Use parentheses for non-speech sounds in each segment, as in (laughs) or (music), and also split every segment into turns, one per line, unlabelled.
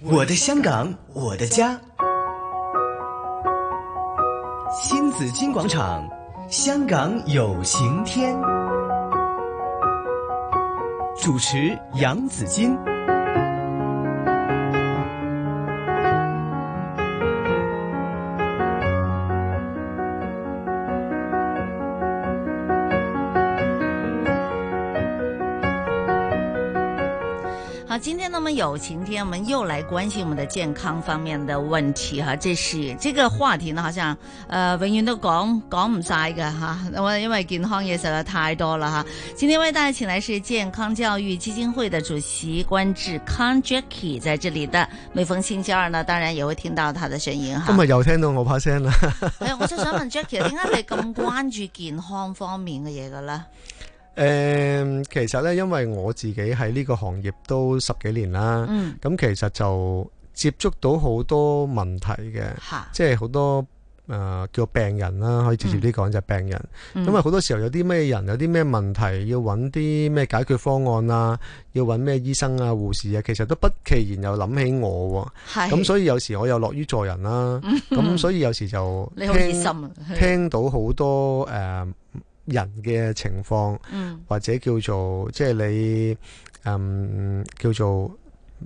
我的香港，我的家。新紫金广场，香港有晴天。主持杨紫金。
好，今天那么有晴天，我们又来关心我们的健康方面的问题哈。这是这个话题呢，好像呃永远都讲讲唔晒嘅哈。我因为健康嘢实在太多了哈。今天为大家请来是健康教育基金会的主席关志康 Jacky 在这里的。每逢星期二呢，当然也会听到他的声音哈
今。啊日又聽到我把聲啦， (laughs)
哎呀我就想问 Jacky，点解你咁关注健康方面嘅嘢嘅咧？
诶、其實呢，因為我自己喺呢個行業都十幾年啦，
嗯，
咁、其實就接觸到好多問題嘅，
吓，
即係好多诶、呃叫病人啦，可以直接啲講就係病人，
嗯
因為好多時候有啲咩人有啲咩問題，要揾啲咩解決方案啊，要揾咩醫生啊、護士啊，其實都不其然又諗起我
嗯系
喎，咁、所以有時我又樂於助人啦，咁、所以有時就
嗯 (laughs) 你好热
聽
心啊，
聽到好多誒、呃人嘅情況，
嗯
或者叫做即係你嗯叫做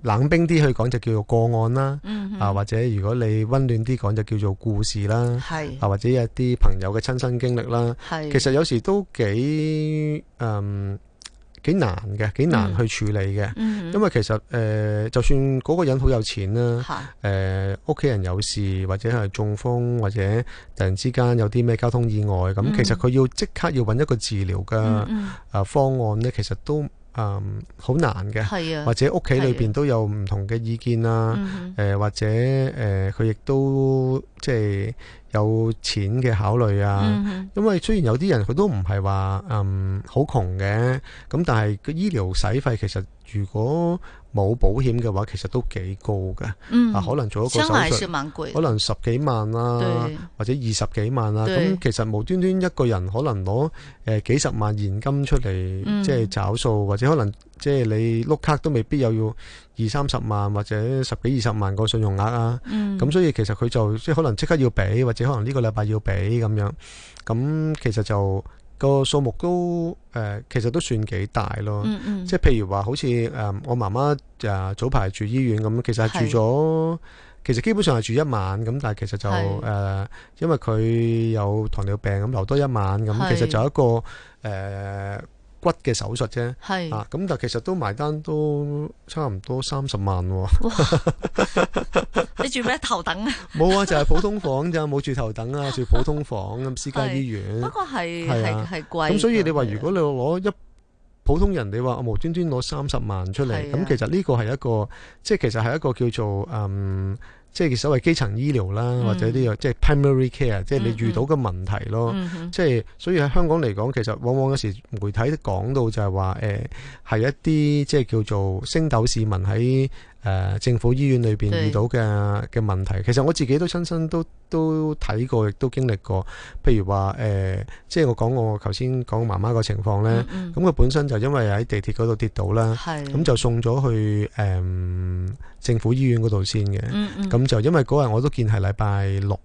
冷冰啲去講就叫做個案啦，
嗯
啊或者如果你温暖啲講就叫做故事啦，
系
啊或者有一啲朋友嘅親身經歷啦，
系，
其實有時都幾嗯幾難嘅，幾難去處理嘅。
嗯
因為其實誒、呃就算嗰個人好有錢啦，
吓。
誒屋企人有事，或者係中風，或者突然之間有啲咩交通意外，咁、
嗯
其實佢要即刻要揾一個治療嘅
嗯
啊方案呢，其實都嗯好難嘅
嗯，，系啊
或，者屋企裏邊都有唔同嘅意見啦。
嗯
誒、或者誒，呃佢、亦都即係有錢嘅考慮啊。
嗯
因為雖然有啲人佢都唔係話嗯好窮嘅，咁但係個醫療使費其實如果冇保險嘅話，其實都幾高嘅。
嗯
啊，可能做一個
将
手
来是
術，
蛮贵
可
的，
能十啊幾萬啦、
对，
或者二十幾萬啦、
對
咁其實無端端一個人可能攞誒、呃、幾十萬現金出嚟，
嗯
即係找數，或者可能即係你碌卡都未必又要二三十萬或者十幾二十萬個信用額啊。
嗯
咁、所以其實佢就即係可能即刻要俾，或者可能呢個禮拜要俾咁樣。咁其實就個數目都誒、呃其實都算幾大咯。
嗯嗯，
即係譬如話，好似誒、嗯我媽媽誒、呃早排住醫院咁，其實係
係
住咗，其實基本上係住一晚咁，但係其實就誒
係、
呃因為佢有糖尿病咁，留多一晚咁，
係
其實就一個誒、呃骨嘅手術啫。
系
啊，咁但其實都埋單都差唔多三十萬喎、
你住咩头等
(laughs)
啊？
冇啊，就係普通房咋，冇住頭等啊，住普通房咁私家
係
醫院
不。过系
係啊
系系贵，
咁所以你話如果你攞一普通人，你話我啊無端端攞三十萬出嚟，
係啊
咁其實呢個係一個即係其實係一個叫做嗯。即係所謂基層醫療啦，或者呢個即係 primary care，即係你遇到嘅問題咯。
嗯哼
即係所以喺香港嚟講，其實往往有時媒體講到就係話誒係一啲即係叫做星斗市民喺誒、呃政府醫院裏邊
對
遇到嘅嘅問題。其實我自己都親身都都睇過，亦都經歷過。譬如話誒、呃即係我講我頭先講媽媽個情況咧，
嗯
咁佢、本身就因為喺地鐵嗰度跌倒啦，
系
咁就送咗去誒、嗯政府醫院嗰度先嘅。
嗯嗯
咁就因為嗰日我都見係禮拜六，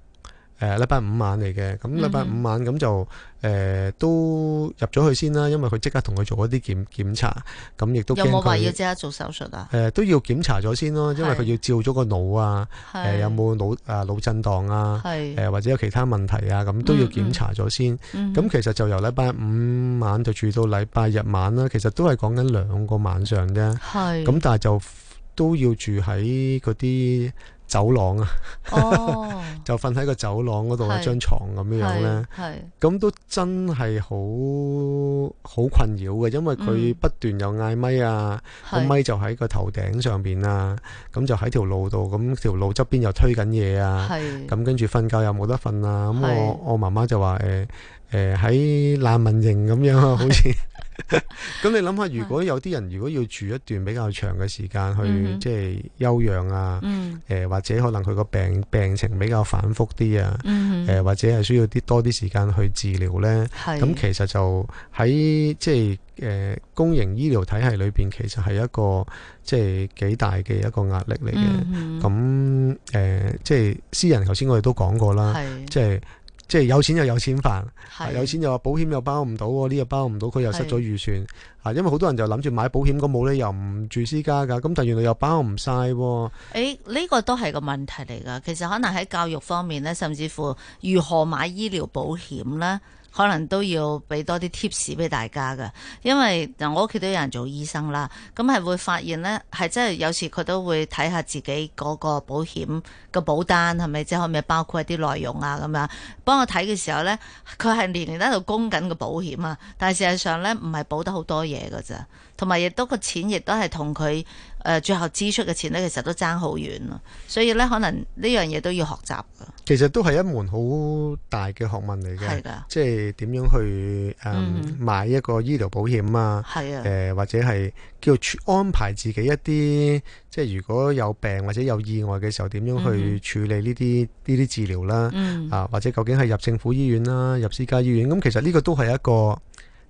誒禮拜五晚嚟嘅，咁禮拜五晚咁就誒、呃都入咗去先啦，因為佢即刻同佢做一啲檢檢查，咁亦都
有
驚
冇话要
佢
即刻做手术啊？
誒都要檢查咗先咯，因為佢
係
要照咗個腦啊，
系
誒有冇腦啊腦震盪啊，
系
誒或者有其他問題啊，咁都要
嗯嗯
檢查咗先。
咁
咁其實就由禮拜五晚就住到禮拜日晚啦，其實都係講緊兩個晚上啫。
系
咁但係就都要住喺嗰啲走廊啊。
哦，
就瞓喺個走廊嗰度
係
有張床 (laughs) 咁樣樣咧，
系
咁都真係好好困擾嘅，因為佢
嗯
不斷有嗌咪啊，個
系
咪就喺個頭頂上邊啊，咁就喺條路度，咁條路側邊又推緊嘢啊，
系
咁跟住瞓覺又冇得瞓啊，咁
係 (laughs)
我我媽媽就話誒誒喺難民營咁樣啊，好似咁你諗下，如果有啲人如果要住一段比較長嘅時間去
嗯哼
即係休養啊，
嗯
誒、或者可能佢個病病情比較反覆啲啊，誒、
嗯哼，
或者係需要啲多啲時間去治療呢。
係
咁其實就喺即係誒、呃公營醫療體系裏邊，其實係一個即係幾大嘅一個壓力嚟嘅。
嗯
咁誒、呃即係私人，頭先我哋都講過
哼
啦，
係
啊即係即係有錢就有錢飯。啊
係
有錢就話保險又包唔到喎，呢又包唔到，佢又失咗
係
預算啊！因為好多人就諗住買保險，咁冇理由唔住私家㗎，咁但原來又包唔晒喎。
誒呢、個都係個問題嚟㗎，其實可能喺教育方面咧，甚至乎如何買醫療保險咧，可能都要俾多啲 tips 俾大家㗎。因為嗱，我屋企都有人做醫生啦，咁係會發現咧，係真係有時佢都會睇下自己嗰個保險個保單係咪即係可唔可以包括一啲內容啊咁樣。幫我睇嘅時候咧，佢係年年喺度供緊個保險啊，但係事實上咧唔係保得好多嘢㗎咋，同埋亦都個錢亦都係同佢。誒、最後支出嘅錢咧，其實都爭好遠咯，所以咧可能呢樣嘢都要學習㗎，
其實都係一門好大嘅學問嚟
係
嘅，
㗎，
即係點樣去誒、
嗯
買一個醫療保險啊？
係
誒、
啊，
或者係叫處安排自己一啲，即係如果有病或者有意外嘅時候，點樣去處理呢啲呢啲治療啦？
嗯，
啊，或者究竟係入政府醫院啦，入私家醫院，咁其實呢個都係一個，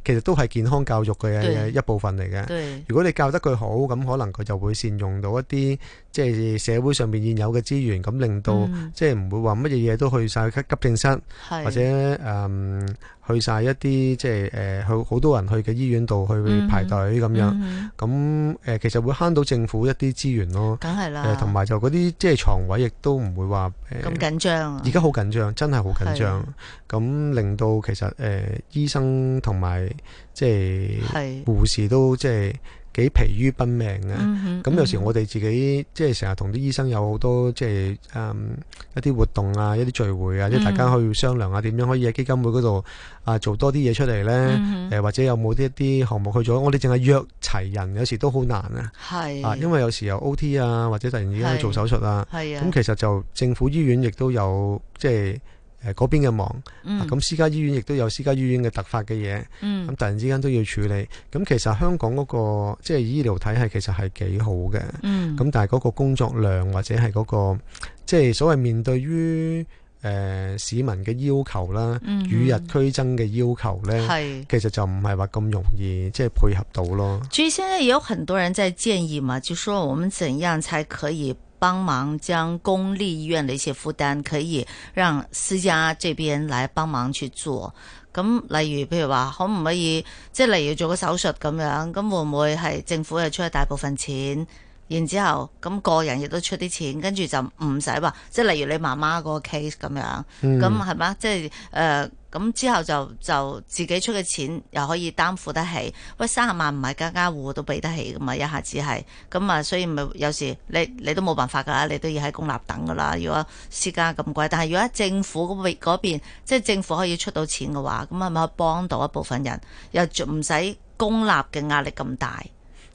其實都係健康教育嘅
對
一部分嚟嘅。
對，
如果你教得佢好，咁可能佢就會善用到一啲即係社會上面現有嘅資源，咁令到、
嗯
即係唔會話乜嘢嘢都去晒急急症室，
係
或者誒、嗯去晒一啲即係誒去好多人去嘅醫院度去
嗯
排隊咁樣。
嗯哼
咁誒、呃其實會慳到政府一啲資源咯。
梗係啦
誒，同埋就嗰啲即係床位亦都唔會話誒。
啊咁緊張啊
而，家好緊張，真係好緊張
係，
咁令到其實誒、呃、醫生同埋即係
係，
護士都即係幾疲於奔命啊嘅。
咁
咁有
嗯
時我哋自己即係成日同啲醫生有好多即係嗯一啲活動啊，一啲聚會
嗯
啊，即係大家去商量下點樣可以喺基金會嗰度啊做多啲嘢出嚟
嗯
呢？誒、或者有冇啲一啲項目去做？我哋淨係約齊人，有時都好難啊！
係
啊，因為有時有 O.T. 啊，或者突然之間去做手術啊，
係啊，
咁其實就政府醫院亦都有即係誒嗰邊嘅忙，啊
咁
咁、私家醫院亦都有私家醫院嘅突發嘅嘢，
嗯
咁突然之間都要處理。咁其實香港嗰、個即係醫療體系其實係幾好嘅，咁、
嗯
但係嗰個工作量或者係嗰、個即係所謂面對於誒、呃市民嘅要求啦，
嗯
與日俱增嘅要求呢，
係。
其實就唔係話咁容易即係配合到咯。
所以現在也有很多人在建議嘛，就說我們怎樣才可以幫忙將公立醫院的一些負擔，可以讓私家這邊來幫忙去做。咁例如譬如話，可唔可以即係例如做個手術咁樣，咁會唔會係政府又出一大部分錢？然之後，咁個人亦都出啲錢，跟住就唔使話，即係例如你媽媽嗰個 case 咁樣，
嗯
咁係嘛？即係誒，呃咁、之後就就自己出嘅錢又可以擔負得起。喂，三十萬唔係家家戶戶都俾得起噶嘛，一下子係咁啊，所以咪有時你你都冇辦法㗎啦，你都要喺公立等㗎啦。如果私家咁貴，但係如果喺政府嗰邊嗰邊，即係政府可以出到錢嘅話，咁係咪可以幫到一部分人，又唔使公立嘅壓力咁大，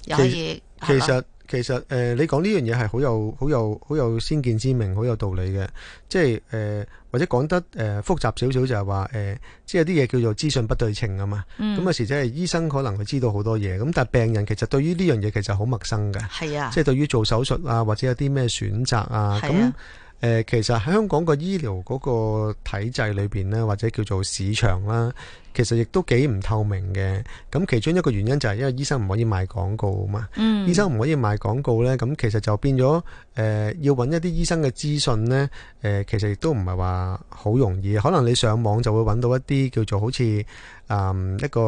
又可以
其
係咯
實其實誒、呃你講呢樣嘢係好有好有好有先見之明，好有道理嘅。即係誒、呃或者講得誒、呃、複雜少少就係話誒，即係有啲嘢叫做資訊不對稱啊嘛。
嗯
咁有時即係醫生可能佢知道好多嘢，咁但係病人其實對於呢樣嘢其實好陌生嘅，
係啊，
即係對於做手術啊或者有啲咩選擇啊咁
係啊。
誒、其實喺香港個醫療嗰個體制裏邊呢，或者叫做市場啦，其實亦都幾唔透明嘅。咁其中一個原因就係因為醫生唔可以賣廣告啊嘛。
嗯
醫生唔可以賣廣告呢，咁其實就變咗誒、呃要揾一啲醫生嘅資訊呢，誒、其實亦都唔係話好容易，可能你上網就會揾到一啲叫做好似誒、嗯一個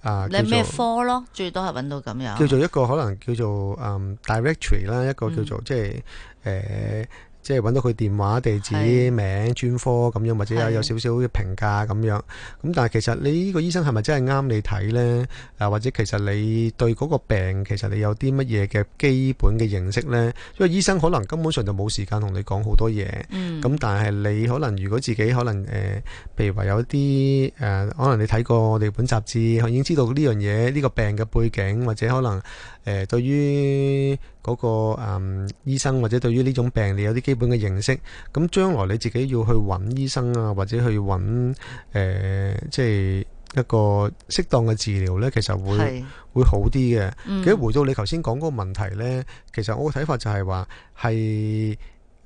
啊、
你
叫
咩
做
科咯，最多係揾到咁樣，
叫做一個可能叫做誒、嗯 directory 啦，一個
嗯
叫做、即係誒。呃即係揾到佢電話、地址、
係
名、專科咁樣，或者有
係
有少少嘅評價咁樣。咁但係其實你呢個醫生係咪真係啱你睇呢？啊，或者其實你對嗰個病其實你有啲乜嘢嘅基本嘅認識呢？因為醫生可能根本上就冇時間同你講好多嘢。
嗯
咁但係你可能如果自己可能誒、呃譬如話有啲誒、呃可能你睇過我哋本雜誌，已經知道呢樣嘢呢個病嘅背景，或者可能誒、呃、對於嗰、個誒、嗯、醫生或者對於呢種病你有啲基本嘅認識，咁將來你自己要去揾醫生啊，或者去揾誒、呃即係。一個適當嘅治療呢，其實會
係，
會好啲嘅。
嗯
其實回到你頭先講嗰個問題咧，其實我嘅睇法就係話係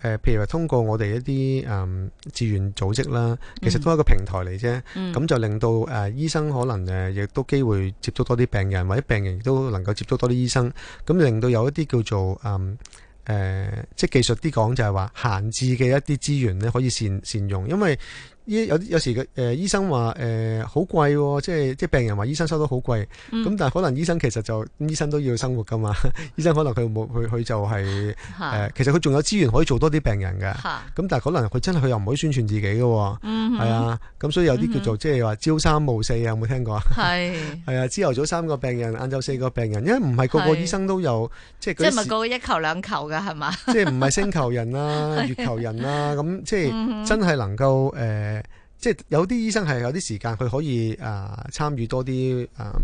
誒，譬如話通過我哋一啲誒志願組織啦，其實都係一個平台嚟啫。
嗯
咁就令到誒、呃、醫生可能誒亦都機會接觸多啲病人，或者病人亦都能夠接觸多啲醫生，咁令到有一啲叫做嗯誒、呃即係技術啲講就係話閒置嘅一啲資源咧，可以善善用，因為醫有啲有時嘅誒、呃、醫生話誒好貴喎、即係即係病人話醫生收得好貴，咁、
嗯
但係可能醫生其實就醫生都要生活㗎嘛， (laughs) 醫生可能佢冇佢佢就係、誒、
嚇
其實佢仲有資源可以做多啲病人嘅，
嚇
咁但係可能佢真係佢又唔可以宣傳自己嘅喎、
嗯
係啊，咁所以有啲叫做即係話朝三暮四啊，有冇聽過啊？
係。
係啊，朝頭早三個病人，晏晝四個病人，因為唔係個個
係
醫生都有，即係
即
(laughs) 嗰
係咪
啲
個一球兩球㗎係嘛？
視即係唔係星球
(laughs)
人啊、月球人啊，咁即
嗯
係真係能夠誒，即係有啲醫生係有啲時間佢可以啊參與多啲啊，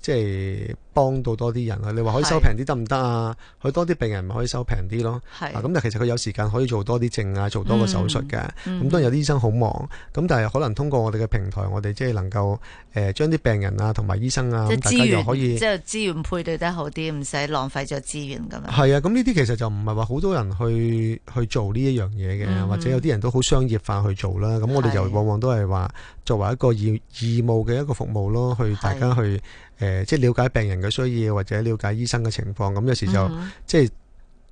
即係幫到多啲人啊。你話可以收
係
平啲得唔得啊？佢多啲病人咪可以收平啲咯。
係
啊，咁但係其實佢有時間可以做多啲症啊，做多個手術嘅。咁、
嗯
當然有啲醫生好忙，咁但係可能通過我哋嘅平台，我哋即係能夠誒、呃、將啲病人啊同埋醫生啊，
即
咁
係
大家
資
又
源，
可以
即係資源配對得好啲，唔使浪費咗資源咁樣。
係啊。咁呢啲其實就唔係話好多人去去做呢一樣嘢嘅，
嗯
或者有啲人都好商業化去做啦。咁我哋就
係
往往都係話作為一個義義務嘅一個服務咯，去大家去誒、呃即係了解病人嘅需要或者了解醫生嘅情況。咁有時就、
嗯
即係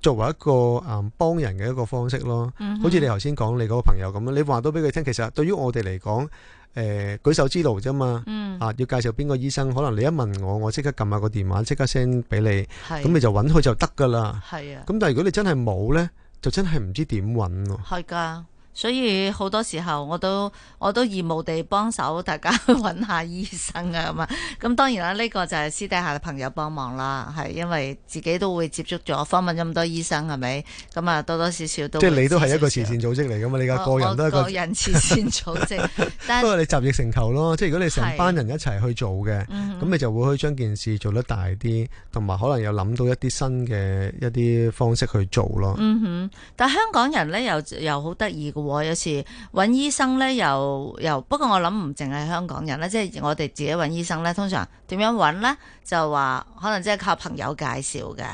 作為一個誒幫人嘅一個方式咯。
嗯
好似你頭先講你嗰個朋友咁樣，你話到俾佢聽，其實對於我哋嚟講，誒、舉手之勞啫嘛。
嗯
啊，要介紹邊個醫生，可能你一問我，我即刻撳下個電話，即刻 send 俾你，
係
咁你就揾佢就得噶啦。
係啊，
咁但係如果你真係冇呢，就真係唔知點揾喎。
係㗎。所以好多時候我都我都義務地幫手大家 (laughs) 去揾下醫生啊咁啊，咁當然啦，呢、個就係私底下嘅朋友幫忙啦，係因為自己都會接觸咗訪問咁多醫生係咪？咁啊多多少少都
即
會
係你都
知
係一個
少少
慈善組織嚟噶嘛，你嘅
我
個人都係
我
一個
個，人慈善組
(laughs)
織，但
不過你集腋成裘咯。即係如果你成班人一齊去做嘅，
嗯
咁你就會可以將件事做得大啲，同埋可能又諗到一啲新嘅一啲方式去做咯。
嗯哼，但香港人咧又又好得意嘅喎，有時揾醫生咧又又，不過我諗唔淨係香港人咧，即係我哋自己揾醫生咧，通常點樣揾咧？就話可能即係靠朋友介紹嘅，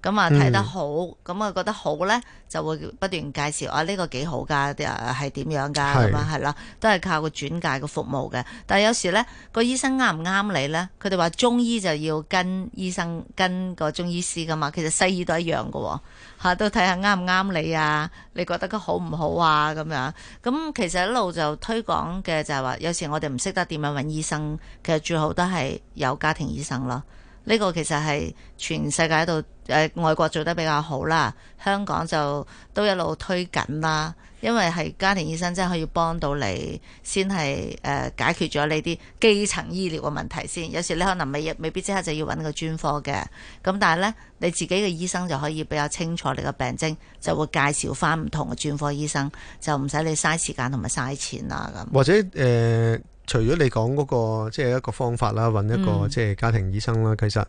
咁啊睇得好，咁啊覺得好咧，就會不斷介紹啊呢個幾好㗎，啲啊係點樣㗎
係
咁啊係啦，都係靠個轉介個服務嘅。但係有時咧個醫生啱唔啱你咧，佢哋話中醫就要跟醫生跟個中醫師㗎嘛，其實西醫都一樣嘅喎。嚇都睇下啱唔啱你啊，你覺得佢好唔好啊咁樣。咁其實一路就推廣嘅就係話，有時我哋唔識得點樣揾醫生，其實最好都係有家庭醫生咯。呢、個其實係全世界度誒、呃外國做得比較好啦，香港就都一路推緊啦。因為係家庭醫生真係可以幫到你，先係誒解決咗你啲基層醫療嘅問題先。有時你可能未未必即刻就要揾個專科嘅，咁但係呢，你自己嘅醫生就可以比較清楚你嘅病徵，就會介紹翻唔同嘅專科醫生，就唔使你嘥時間同埋嘥錢啦咁。
或者誒、呃除咗你講嗰、個即係一個方法啦，揾一個
嗯
即係家庭醫生啦，其實誒佢、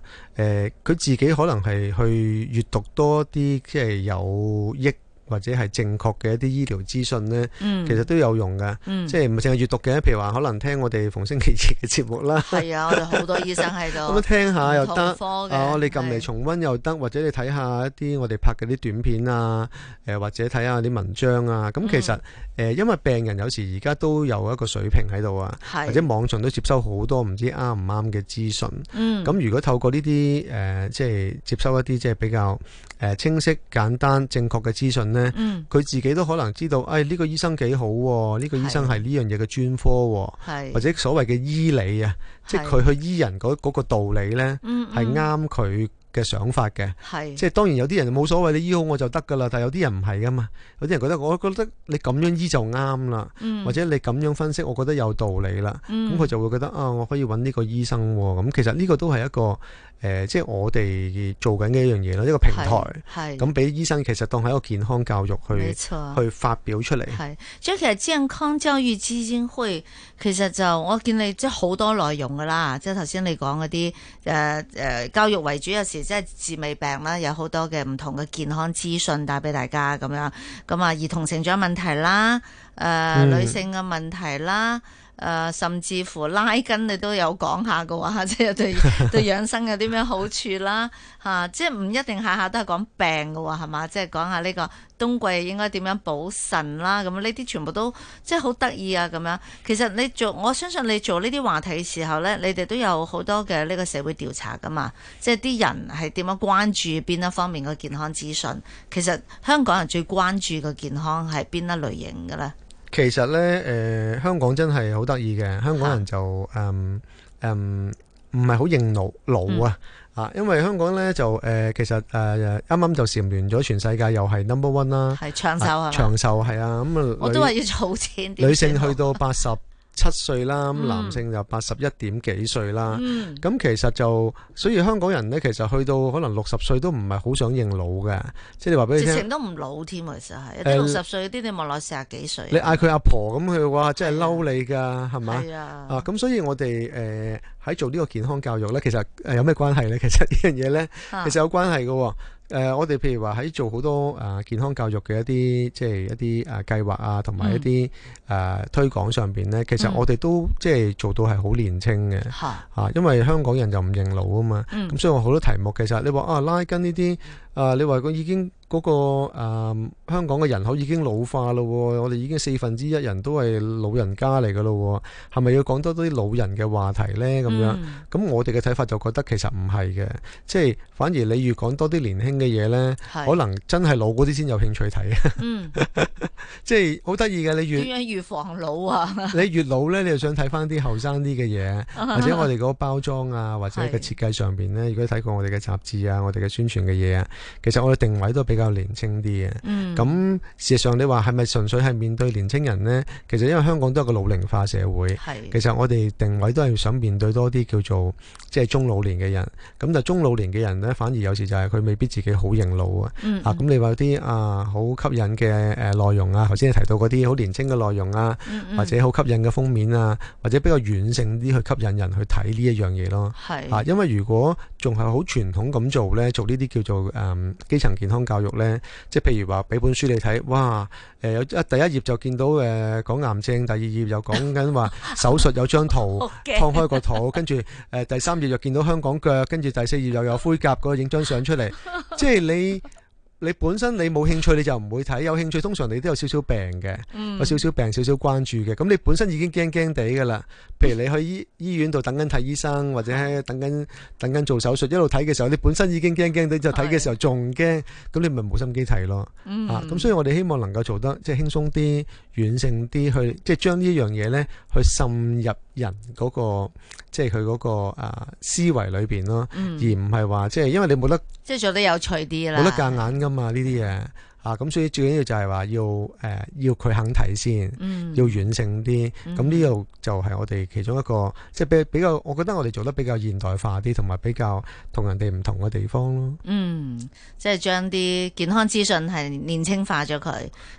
自己可能係去閱讀多啲即係有益或者係正確嘅一啲醫療資訊呢，
嗯，
其實都有用㗎。
嗯
即係唔係淨係閱讀嘅，譬如話可能聽我哋逢星期二嘅節目啦，
係啊，我哋好多醫生喺
咁樣
度，
聽下又
哦唔同
得。
科嘅
啊！你撳嚟
係
重温又得，或者你睇下一啲我哋拍嘅啲短片啊，誒、或者睇下啲文章啊。咁其
嗯
實誒、呃因為病人有時而家都有一個水平喺度啊，
係
或者網上都接收好多唔知啱唔啱嘅資訊。
嗯
咁如果透過呢啲誒，即係接收一啲即係比較誒、呃清晰、簡單、正確嘅資訊呢，
嗯
佢自己都可能知道，誒、哎呢、個醫生幾好喎、呢、個醫生係呢樣嘢嘅專科喎、
係
或者所謂嘅醫理啊，即係佢去醫人嗰嗰個道理呢，
嗯
係
嗯
啱佢嘅想法嘅。
係
即係當然有啲人冇所謂，你醫好我就得㗎啦。但係有啲人唔係㗎嘛，有啲人覺得我覺得你咁樣醫就啱啦，
嗯
或者你咁樣分析，我覺得有道理啦。咁
嗯
佢就會覺得啊，我可以揾呢個醫生喎、咁其實呢個都係一個誒、呃即係我哋做緊嘅一樣嘢咯，一個平台。
係
咁俾醫生其實當係一個健康教育
係沒
去
錯。
去發表出嚟。
係，即係其實健康教育基金會其實就我見你即係好多內容噶啦，即係頭先你講嗰啲誒誒教育為主，有時即係治未病啦，有好多嘅唔同嘅健康資訊帶俾大家咁樣，咁啊兒童成長問題啦，誒、
嗯
女性嘅問題啦，誒、呃甚至乎拉筋你都有講下嘅話， (laughs) 即係對對養生有啲咩好處啦嚇、啊即係唔一定下下都係講病嘅喎，係嘛？即係講下呢個冬季應該點樣補腎啦，咁呢啲全部都即係好得意啊咁樣。其實你做，我相信你做呢啲話題時候呢，你哋都有好多嘅呢個社會調查噶嘛，即係啲人係點樣關注邊一方面嘅健康資訊。其實香港人最關注嘅健康係邊一類型嘅咧？
其實呢，誒、香港真係好得意嘅，香港人就誒誒唔係好認老老
嗯
啊。啊，因為香港呢，就誒、呃其實誒啱啱就蟬聯咗全世界又係 number one 啦，啊
係長壽係嘛？
長壽係啊，咁啊
我
女
都話要儲錢。
女性
點算好
去到八十七歲啦，咁
嗯
男性就八十一點幾歲啦。
嗯
咁其實就，所以香港人呢，其實去到可能六十歲都唔係好想認老嘅，即係你話俾佢
直
聽，
情都唔老添，其實係有
誒
啲六十歲，有啲你望落四十幾歲。
你嗌佢阿婆咁，佢哇真係嬲你㗎，係嘛？
係啊，
啊，咁所以我哋誒喺做呢個健康教育呢，其實誒有咩關係呢？其實呢樣嘢呢，
啊
其實有關係嘅喎。誒、我哋譬如話喺做好多誒、啊健康教育嘅一啲即係一啲誒、啊計劃啊，同埋一啲誒、啊推廣上邊呢，其實
嗯
我哋都即係做到係好年青嘅
嚇
啊，因為香港人就唔認老啊嘛。
嗯
咁所以我好多題目其實你話啊拉筋呢啲啊，你話佢已經嗰、個、啊香港嘅人口已經老化咯喎，我哋已經四分之一人都係老人家嚟噶咯喎，係咪要講多啲老人嘅話題呢？咁樣？
嗯
咁我哋嘅睇法就覺得其實唔係嘅，即係反而你越講多啲年輕嘅嘢呢，
係
可能真係老嗰啲先有興趣睇， (laughs)
嗯
即係好得意嘅。你
(laughs) 點
越
樣預防老啊？
你越老呢，你就想睇翻啲後生啲嘅
(laughs)
嘢。 (laughs) 或者我哋嗰個包裝啊，或者
係
個設計上邊呢，如果睇過我哋嘅雜誌啊，我哋嘅宣傳嘅嘢啊，其實我哋定位都比較年青啲嘅。
嗯
咁、事實上你話係咪純粹係面對年青人呢？其實因為香港都係個老齡化社會。其
係
實我哋定位都係想面對多啲叫做即係中老年嘅人，咁但係中老年嘅人呢，反而有時就係佢未必自己好認老啊。
嗯
啊，咁你話有啲啊好吸引嘅誒內容啊，頭先你提到嗰啲好年青嘅內容啊，
嗯嗯
或者好吸引嘅封面啊，或者比較軟性啲去吸引人去睇呢一樣嘢咯。啊，
係
因為如果仲係好傳統咁做呢，做呢啲叫做誒、嗯基層健康教育呢，即係譬如話俾本書你睇，哇誒有、第一頁就見到誒、講癌症，第二頁又講緊話手術有張圖
好。驚
劏開個肚，跟住誒第三頁又見到香港腳，跟住第四頁又有灰甲嗰個影張相出嚟，即係你你本身你冇興趣你就唔會睇，有興趣通常你都有少少病嘅。
嗯
有少少病、少少關注嘅，咁你本身已經驚驚地㗎啦。譬如你去醫醫院度等緊睇醫生，或者喺
嗯
等緊等緊做手術，一路睇嘅時候，你本身已經驚驚地，就睇嘅時候仲驚，咁你咪冇心機睇咯。
嗯
啊，咁所以我哋希望能夠做得即係輕鬆啲、軟性啲，去即係將呢一樣嘢呢去滲入人嗰、個即係佢嗰個啊思維裏邊咯，而
嗯
唔係話即係因為你冇得。
即係做得有趣啲啦，
冇得夾硬噶嘛呢啲嘢啊，咁所以最緊要就係話要誒、呃要佢肯睇先，
嗯
要軟性啲。
嗯
咁呢度就係我哋其中一個即係比比較，我覺得我哋做得比較現代化啲，同埋比較同人哋唔同嘅地方咯。
嗯，即係將啲健康資訊係年青化咗佢，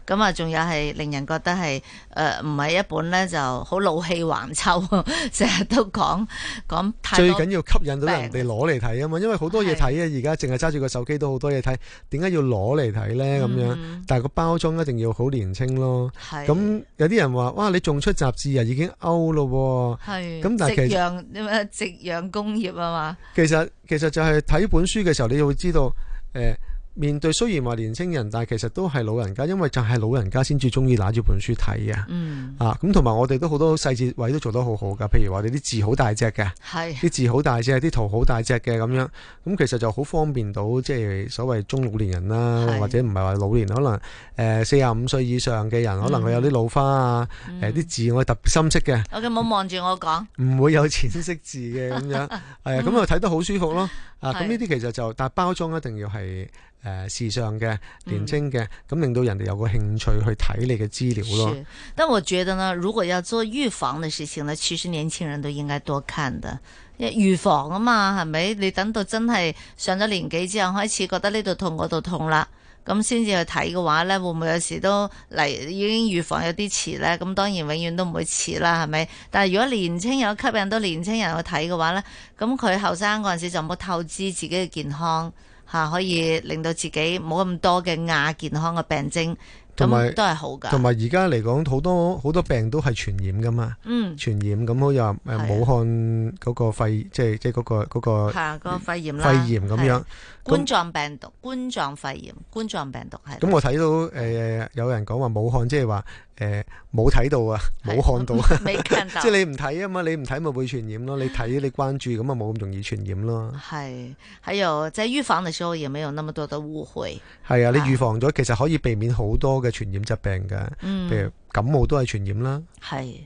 咁啊，仲有係令人覺得係誒唔係一本咧就好老氣橫秋， (laughs) 成日都講講太
最
多
緊要吸引到人哋攞嚟睇啊嘛，因為好多嘢睇啊，而家淨係揸住個手機都好多嘢睇，點解要攞嚟睇呢？咁樣，
嗯
但係個包裝一定要好年青咯。
係
咁有啲人話：哇，你仲出雜誌啊，已經 out 咯喎。
係
咁但係其實
夕陽咩夕陽工業啊嘛，
其實其實就係睇本書嘅時候，你就會知道，誒、呃面對雖然話年青人，但係其實都係老人家，因為就係老人家先至中意拿住本書睇啊。
嗯
啊，咁同埋我哋都好多細節位都做得好好噶，譬如話你啲字好大隻嘅，
係
啲字好大隻，啲圖好大隻嘅咁樣，咁其實就好方便到即係所謂中老年人啦
係，
或者唔係話老年，可能呃誒四十五歲以上嘅人，可能佢有啲老花啊，誒啲、
嗯
字我特別深色嘅，
，OK，冇望住我講，
唔會有淺色字嘅咁
(laughs)
樣，係啊，咁就睇得好舒服咯。啊，咁
嗯係
呢啲其實就，但係包裝一定要係誒、呃時尚嘅、年
嗯
青嘅，咁令到人哋有個興趣去睇你嘅資料咯。
是，但我觉得呢，如果要做预防的事情呢，其实年轻人都应该多看的。因為預防啊嘛，係咪？你等到真係上咗年紀之後，開始覺得呢度痛嗰度痛啦，咁先至去睇嘅話呢，會唔會有時都嚟已經預防有啲遲呢？咁當然永遠都唔會遲啦，係咪？但係如果年青人吸引到年青人去睇嘅話呢，咁佢後生嗰陣時就冇透支自己嘅健康嚇、可以令到自己冇咁多嘅亞健康嘅病徵。
同埋
咁啊都係好噶。
同埋而家嚟講，好多好多病都係傳染噶嘛，
嗯，
傳染咁好似話
係啊
誒武漢嗰個肺，即係即係嗰個嗰個
係啊個肺炎啦，
嗯肺炎咁樣
係。冠狀病毒、冠狀肺炎、冠狀病毒係。
咁我睇到誒、呃有人講話武漢，即係話誒冇睇到啊，
係
冇看到
(laughs)
啊，
未看到
即。係你唔睇啊嘛，你唔睇咪會傳染咯，你睇你關注咁啊冇咁容易傳染咯。
係，還有在預防的時候也沒有那麼多的誤會。
係啊，你
啊
預防咗其實可以避免好多嘅傳染疾病㗎，
嗯，
譬如感冒都係傳染啦。
係。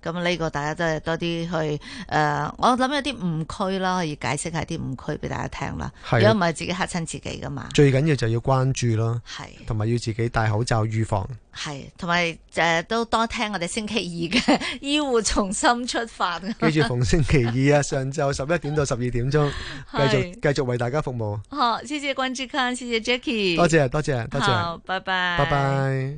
咁呢個大家都係多啲去誒、呃我諗有啲誤區啦，可以解釋下啲誤區俾大家聽啦。如
係
果
啊
唔係自己嚇親自己噶嘛。
最緊要就要關注咯，
係
同埋要自己戴口罩
(laughs)
預防。
係，同埋誒都多聽我哋星期二嘅 (laughs) 醫護從心出發。
記住逢星期二啊，上晝十一點到十二點鐘，繼續
係
繼續為大家服務。
好，謝謝關志康，謝謝 Jackie，
多謝多謝多謝，
好，拜拜，
拜。拜。